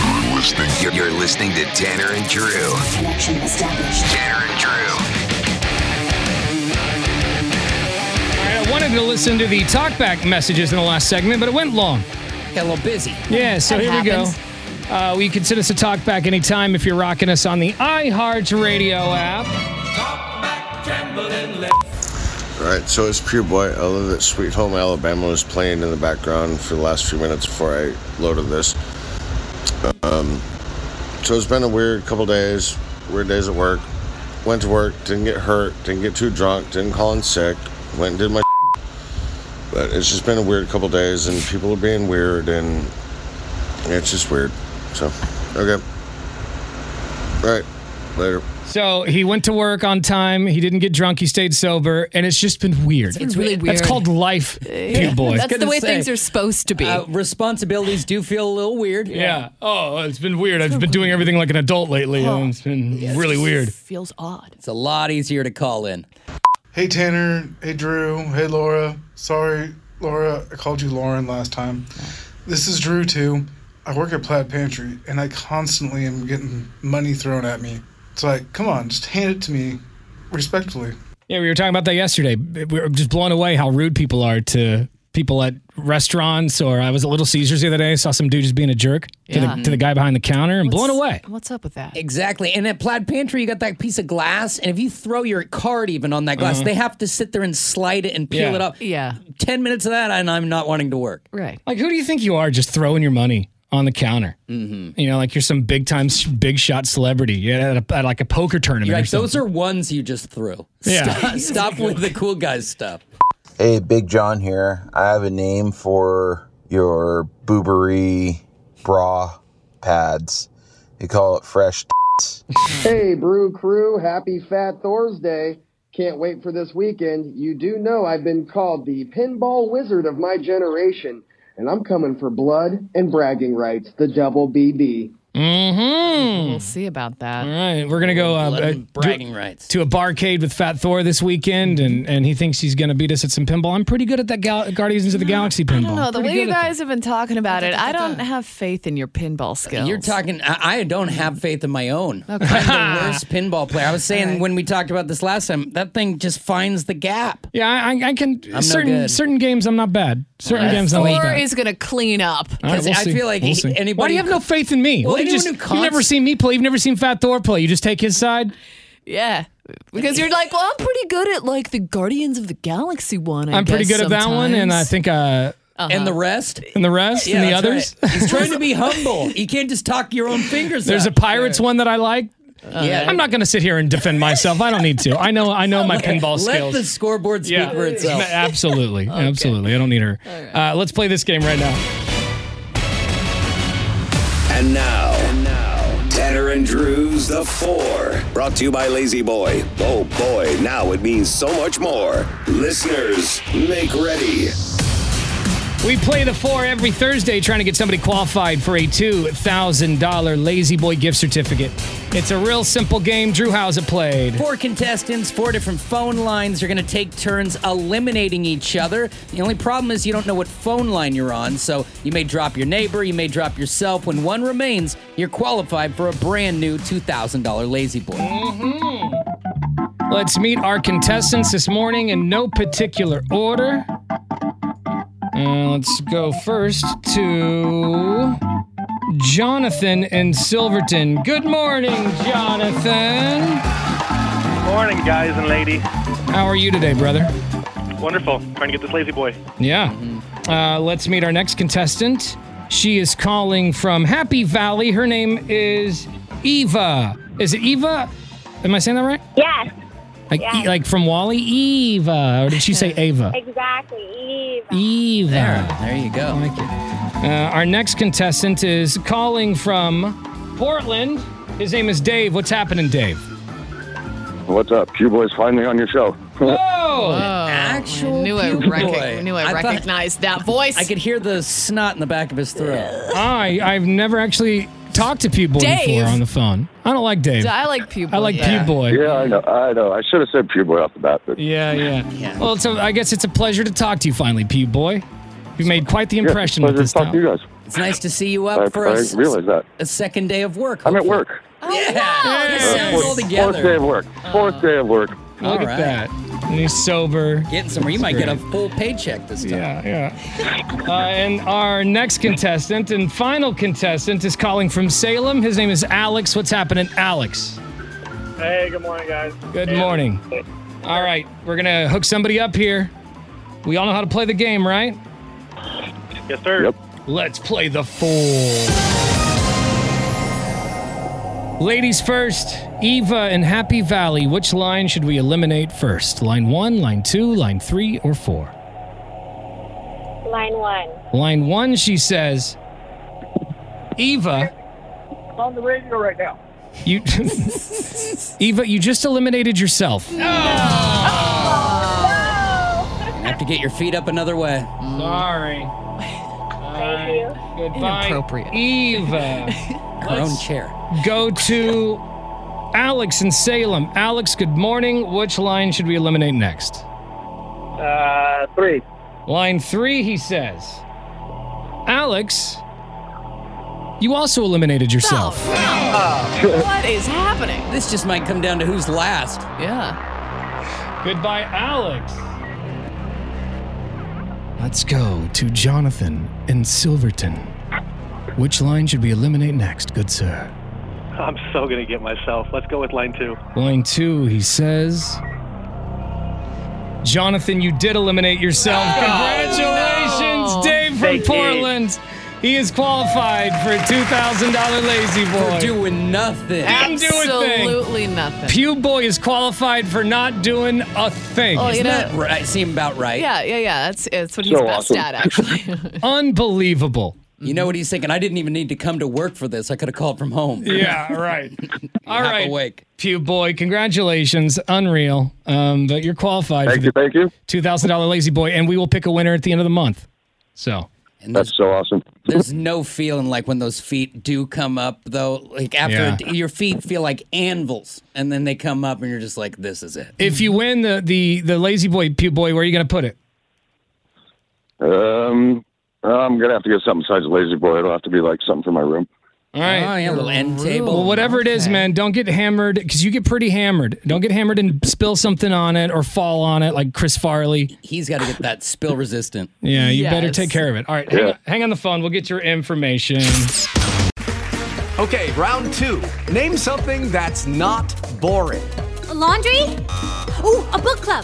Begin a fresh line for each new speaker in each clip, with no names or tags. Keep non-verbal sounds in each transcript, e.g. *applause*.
You're listening, you're, you're listening to Tanner and Drew.
Connection established.
Tanner and Drew.
All right, I wanted to listen to the talkback messages in the last segment, but it went long.
Got a little busy.
Yeah, so
That
here
happens.
we go. Uh, well, you can send us a talkback anytime if you're rocking us on the iHeartRadio app.
Right, so it's Pure Boy. I live at Sweet Home Alabama. was playing in the background for the last few minutes before I loaded this. Um, so it's been a weird couple days, weird days at work. Went to work, didn't get hurt, didn't get too drunk, didn't call in sick, went and did my. *laughs* But it's just been a weird couple days, and people are being weird, and it's just weird. So, okay. All right, later.
So he went to work on time. He didn't get drunk. He stayed sober, and it's just been weird.
It's really weird.
That's called life, you boy.
That's the
Gonna
way
say.
things are supposed to be.
Uh, responsibilities do feel a little weird.
yeah. Oh, it's been weird. I've been doing everything like an adult lately, and it's been really weird.
Feels odd.
It's a lot easier to call in.
Hey Tanner, hey Drew, hey Laura. Sorry, Laura, I called you Lauren last time. This is Drew too. I work at Plaid Pantry and I constantly am getting money thrown at me. It's like, come on, just hand it to me respectfully.
Yeah, we were talking about that yesterday. We were just blown away how rude people are to people at restaurants. Or I was at Little Caesars the other day. Saw some dude just being a jerk to, the, to the guy behind the counter, and blown away.
What's up with that?
Exactly. And at Plaid Pantry, you got that piece of glass. And if you throw your card even on that glass, they have to sit there and slide it and peel
Yeah.
it up.
Yeah.
10 minutes of that, and I'm not wanting to work.
Right.
Like, who do you think you are just throwing your money on the counter? Mm-hmm. You know, like you're some big time, s- big shot celebrity. You're at, a, at like a poker tournament
You're
or
like,
something.
those are ones you just threw.
Yeah.
Stop, stop with the cool guys stuff.
Hey, Big John here. I have a name for your boobery bra pads. You call it fresh.
Hey Brew Crew, happy Fat Thursday. Can't wait for this weekend. You do know I've been called the pinball wizard of my generation, and I'm coming for blood and bragging rights, the double BB.
Mm-hmm.
Mm.
We'll see about
All
that.
right, we're gonna go uh,
Let
uh,
them bragging rights.
to a barcade with Fat Thor this weekend, and, and he thinks he's gonna beat us at some pinball. I'm pretty good at that Gal- Guardians of the Galaxy pinball.
I don't know. The
Pretty
way you
good at
guys have been talking about it, I don't have faith in your pinball skills.
You're talking. I, I don't have faith in my own. *laughs* I'm the worst pinball player. I was saying when we talked about this last time, that thing just finds the gap.
that. Yeah, I, I- I can
no
certain
good.
certain games. I'm not bad. Certain games I'm not
Thor
bad.
is going to clean up.
All right,
Because I feel like he- anybody
Why do you have
who-
no faith in me?
Well,
What, you
anyone
just,
who
you've never
const-
seen me play. You've never seen Fat Thor play. You just take his side.
Yeah. Because you're like, well, I'm pretty good at like the Guardians of the Galaxy one. I
I'm pretty
guess
good at that one, and I
sometimes."
think uh,
And the rest.
and the rest
Yeah,
and the
that's
others. *laughs*
right. He's trying to be humble. You can't just talk your own fingers.
There's a
up.
Pirates one that I like.
Oh, yeah.
I'm not going to sit here and defend myself. I don't need to. I know. I know my *laughs* pinball
*laughs* Let
skills.
the scoreboard speak for itself. *laughs*
Absolutely. Absolutely. I don't need her. Uh, let's play this game right now.
And now, and now, Tanner and Drew's The Four. Brought to you by Lazy Boy. Oh boy, now it means so much more. Listeners, make ready.
We play the four every Thursday trying to get somebody qualified for a $2,000 Lazy Boy gift certificate. It's a real simple game. Drew, how's it played?
Four contestants, four different phone lines. You're going to take turns eliminating each other. The only problem is you don't know what phone line you're on, so you may drop your neighbor, you may drop yourself. When one remains, you're qualified for a brand new $2,000 Lazy Boy.
Let's meet our contestants this morning in no particular order. Uh, let's go first to Jonathan in Silverton. Good morning, Jonathan.
Morning, guys and lady.
How are you today, brother?
Wonderful. Trying to get this lazy boy.
Yeah.
Mm-hmm.
Uh, let's meet our next contestant. She is calling from Happy Valley. Her name is Eva. Is it Eva? Am I saying that right?
Yes,
Like, E- like from
*laughs*
Wally? Eva. Or did she say Ava?
exactly. Eve.
Eva.
There you go.
I like it. Uh, our next contestant is calling from Portland. His name is Dave. What's happening, Dave?
What's up? Pew Boy's finally on your show.
Oh,
Actual
I knew I,
puke
recog-
boy.
knew I,
I thought-
recognized that voice.
I could hear the snot in the back of his throat.
I I've never actually talked to Pew Boy
Dave.
before on the phone. I don't like Dave.
I like puke.
I like
yeah.
Pew Boy.
Yeah, I know. I know. I should have said Pew Boy off the bat, but
Yeah, yeah. Well, it's a, I guess it's a pleasure to talk to you finally, Pew Boy. You've made quite the
yeah,
impression
pleasure
with this
to talk to you
town.
guys.
It's nice to see you
I,
up for
I
us.
realize that.
a second day of work.
I'm at
hopefully.
work.
Yeah.
Yeah.
This sounds
fourth,
all
fourth day of
together.
work. Fourth day of work.
Look
All
at
right.
that. And he's sober.
Getting somewhere. You might get a full paycheck this time.
Yeah, yeah. Uh, and our next contestant and final contestant is calling from Salem. His name is Alex. What's happening, Alex?
Hey, good morning, guys.
Good morning. All right, we're gonna hook somebody up here. We all know how to play the game, right?
Yes, sir.
Yep.
Let's play the fool. Ladies first, Eva in Happy Valley. Which line should we eliminate first? Line one, line two, line three, or four?
Line one.
Line one, she says, Eva,
On the radio right now.
you. *laughs* Eva, you just eliminated yourself.
You have to get your feet up another way.
Sorry. Thank you. Goodbye.
Inappropriate.
Eva,
Her own chair.
go to Alex in Salem. Alex, good morning. Which line should we eliminate next?
Uh, three.
Line three, he says, Alex, you also eliminated yourself.
What is happening?
This just might come down to who's last.
Yeah.
Goodbye, Alex. Let's go to Jonathan in Silverton. Which line should we eliminate next, good sir?
I'm so gonna get myself. Let's go with line two.
Line two, he says. Jonathan, you did eliminate yourself. Congratulations,
no.
Dave from
Thank you.
Portland. He is qualified for a $2,000 Lazy Boy.
We're doing nothing.
I'm doing thing.
Absolutely nothing.
Pew Boy is qualified for not doing a thing.
Oh,
Isn't
You know-
that right? Seem about right.
yeah, yeah, yeah. That's it's what he's
So
best
awesome.
at, actually.
Unbelievable.
You know what he's thinking? I didn't even need to come to work for this. I could have called from home.
Yeah, *laughs* right. All
Half
right.
awake.
Pew boy, congratulations. Unreal. Um, but you're qualified
Thank
for
you.
the
Thank you.
$2,000 Lazy Boy, and we will pick a winner at the end of the month. So,
And
That's
there's,
so awesome.
there's no feeling like when those feet do come up, though. Like after
Yeah.
a d- your feet feel like anvils, and then they come up, and you're just like, this is it.
if you win the the the Lazy Boy Pew boy, where are you going to put it?
Um, I'm gonna have to get something besides Lazy Boy. It'll have to be like something for my room.
All right.
Oh, yeah, a little end table.
Well, whatever it is, man, don't get hammered because you get pretty hammered. Don't get hammered and spill something on it or fall on it like Chris Farley.
He's got to get that spill resistant.
Yeah, you better
Yes.
take care of it. All right, hang,
Yeah.
on, hang on the phone. We'll get your information.
Okay, round two. Name something that's not boring.
laundry? Ooh, a book club.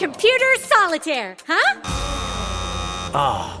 Computer solitaire, huh?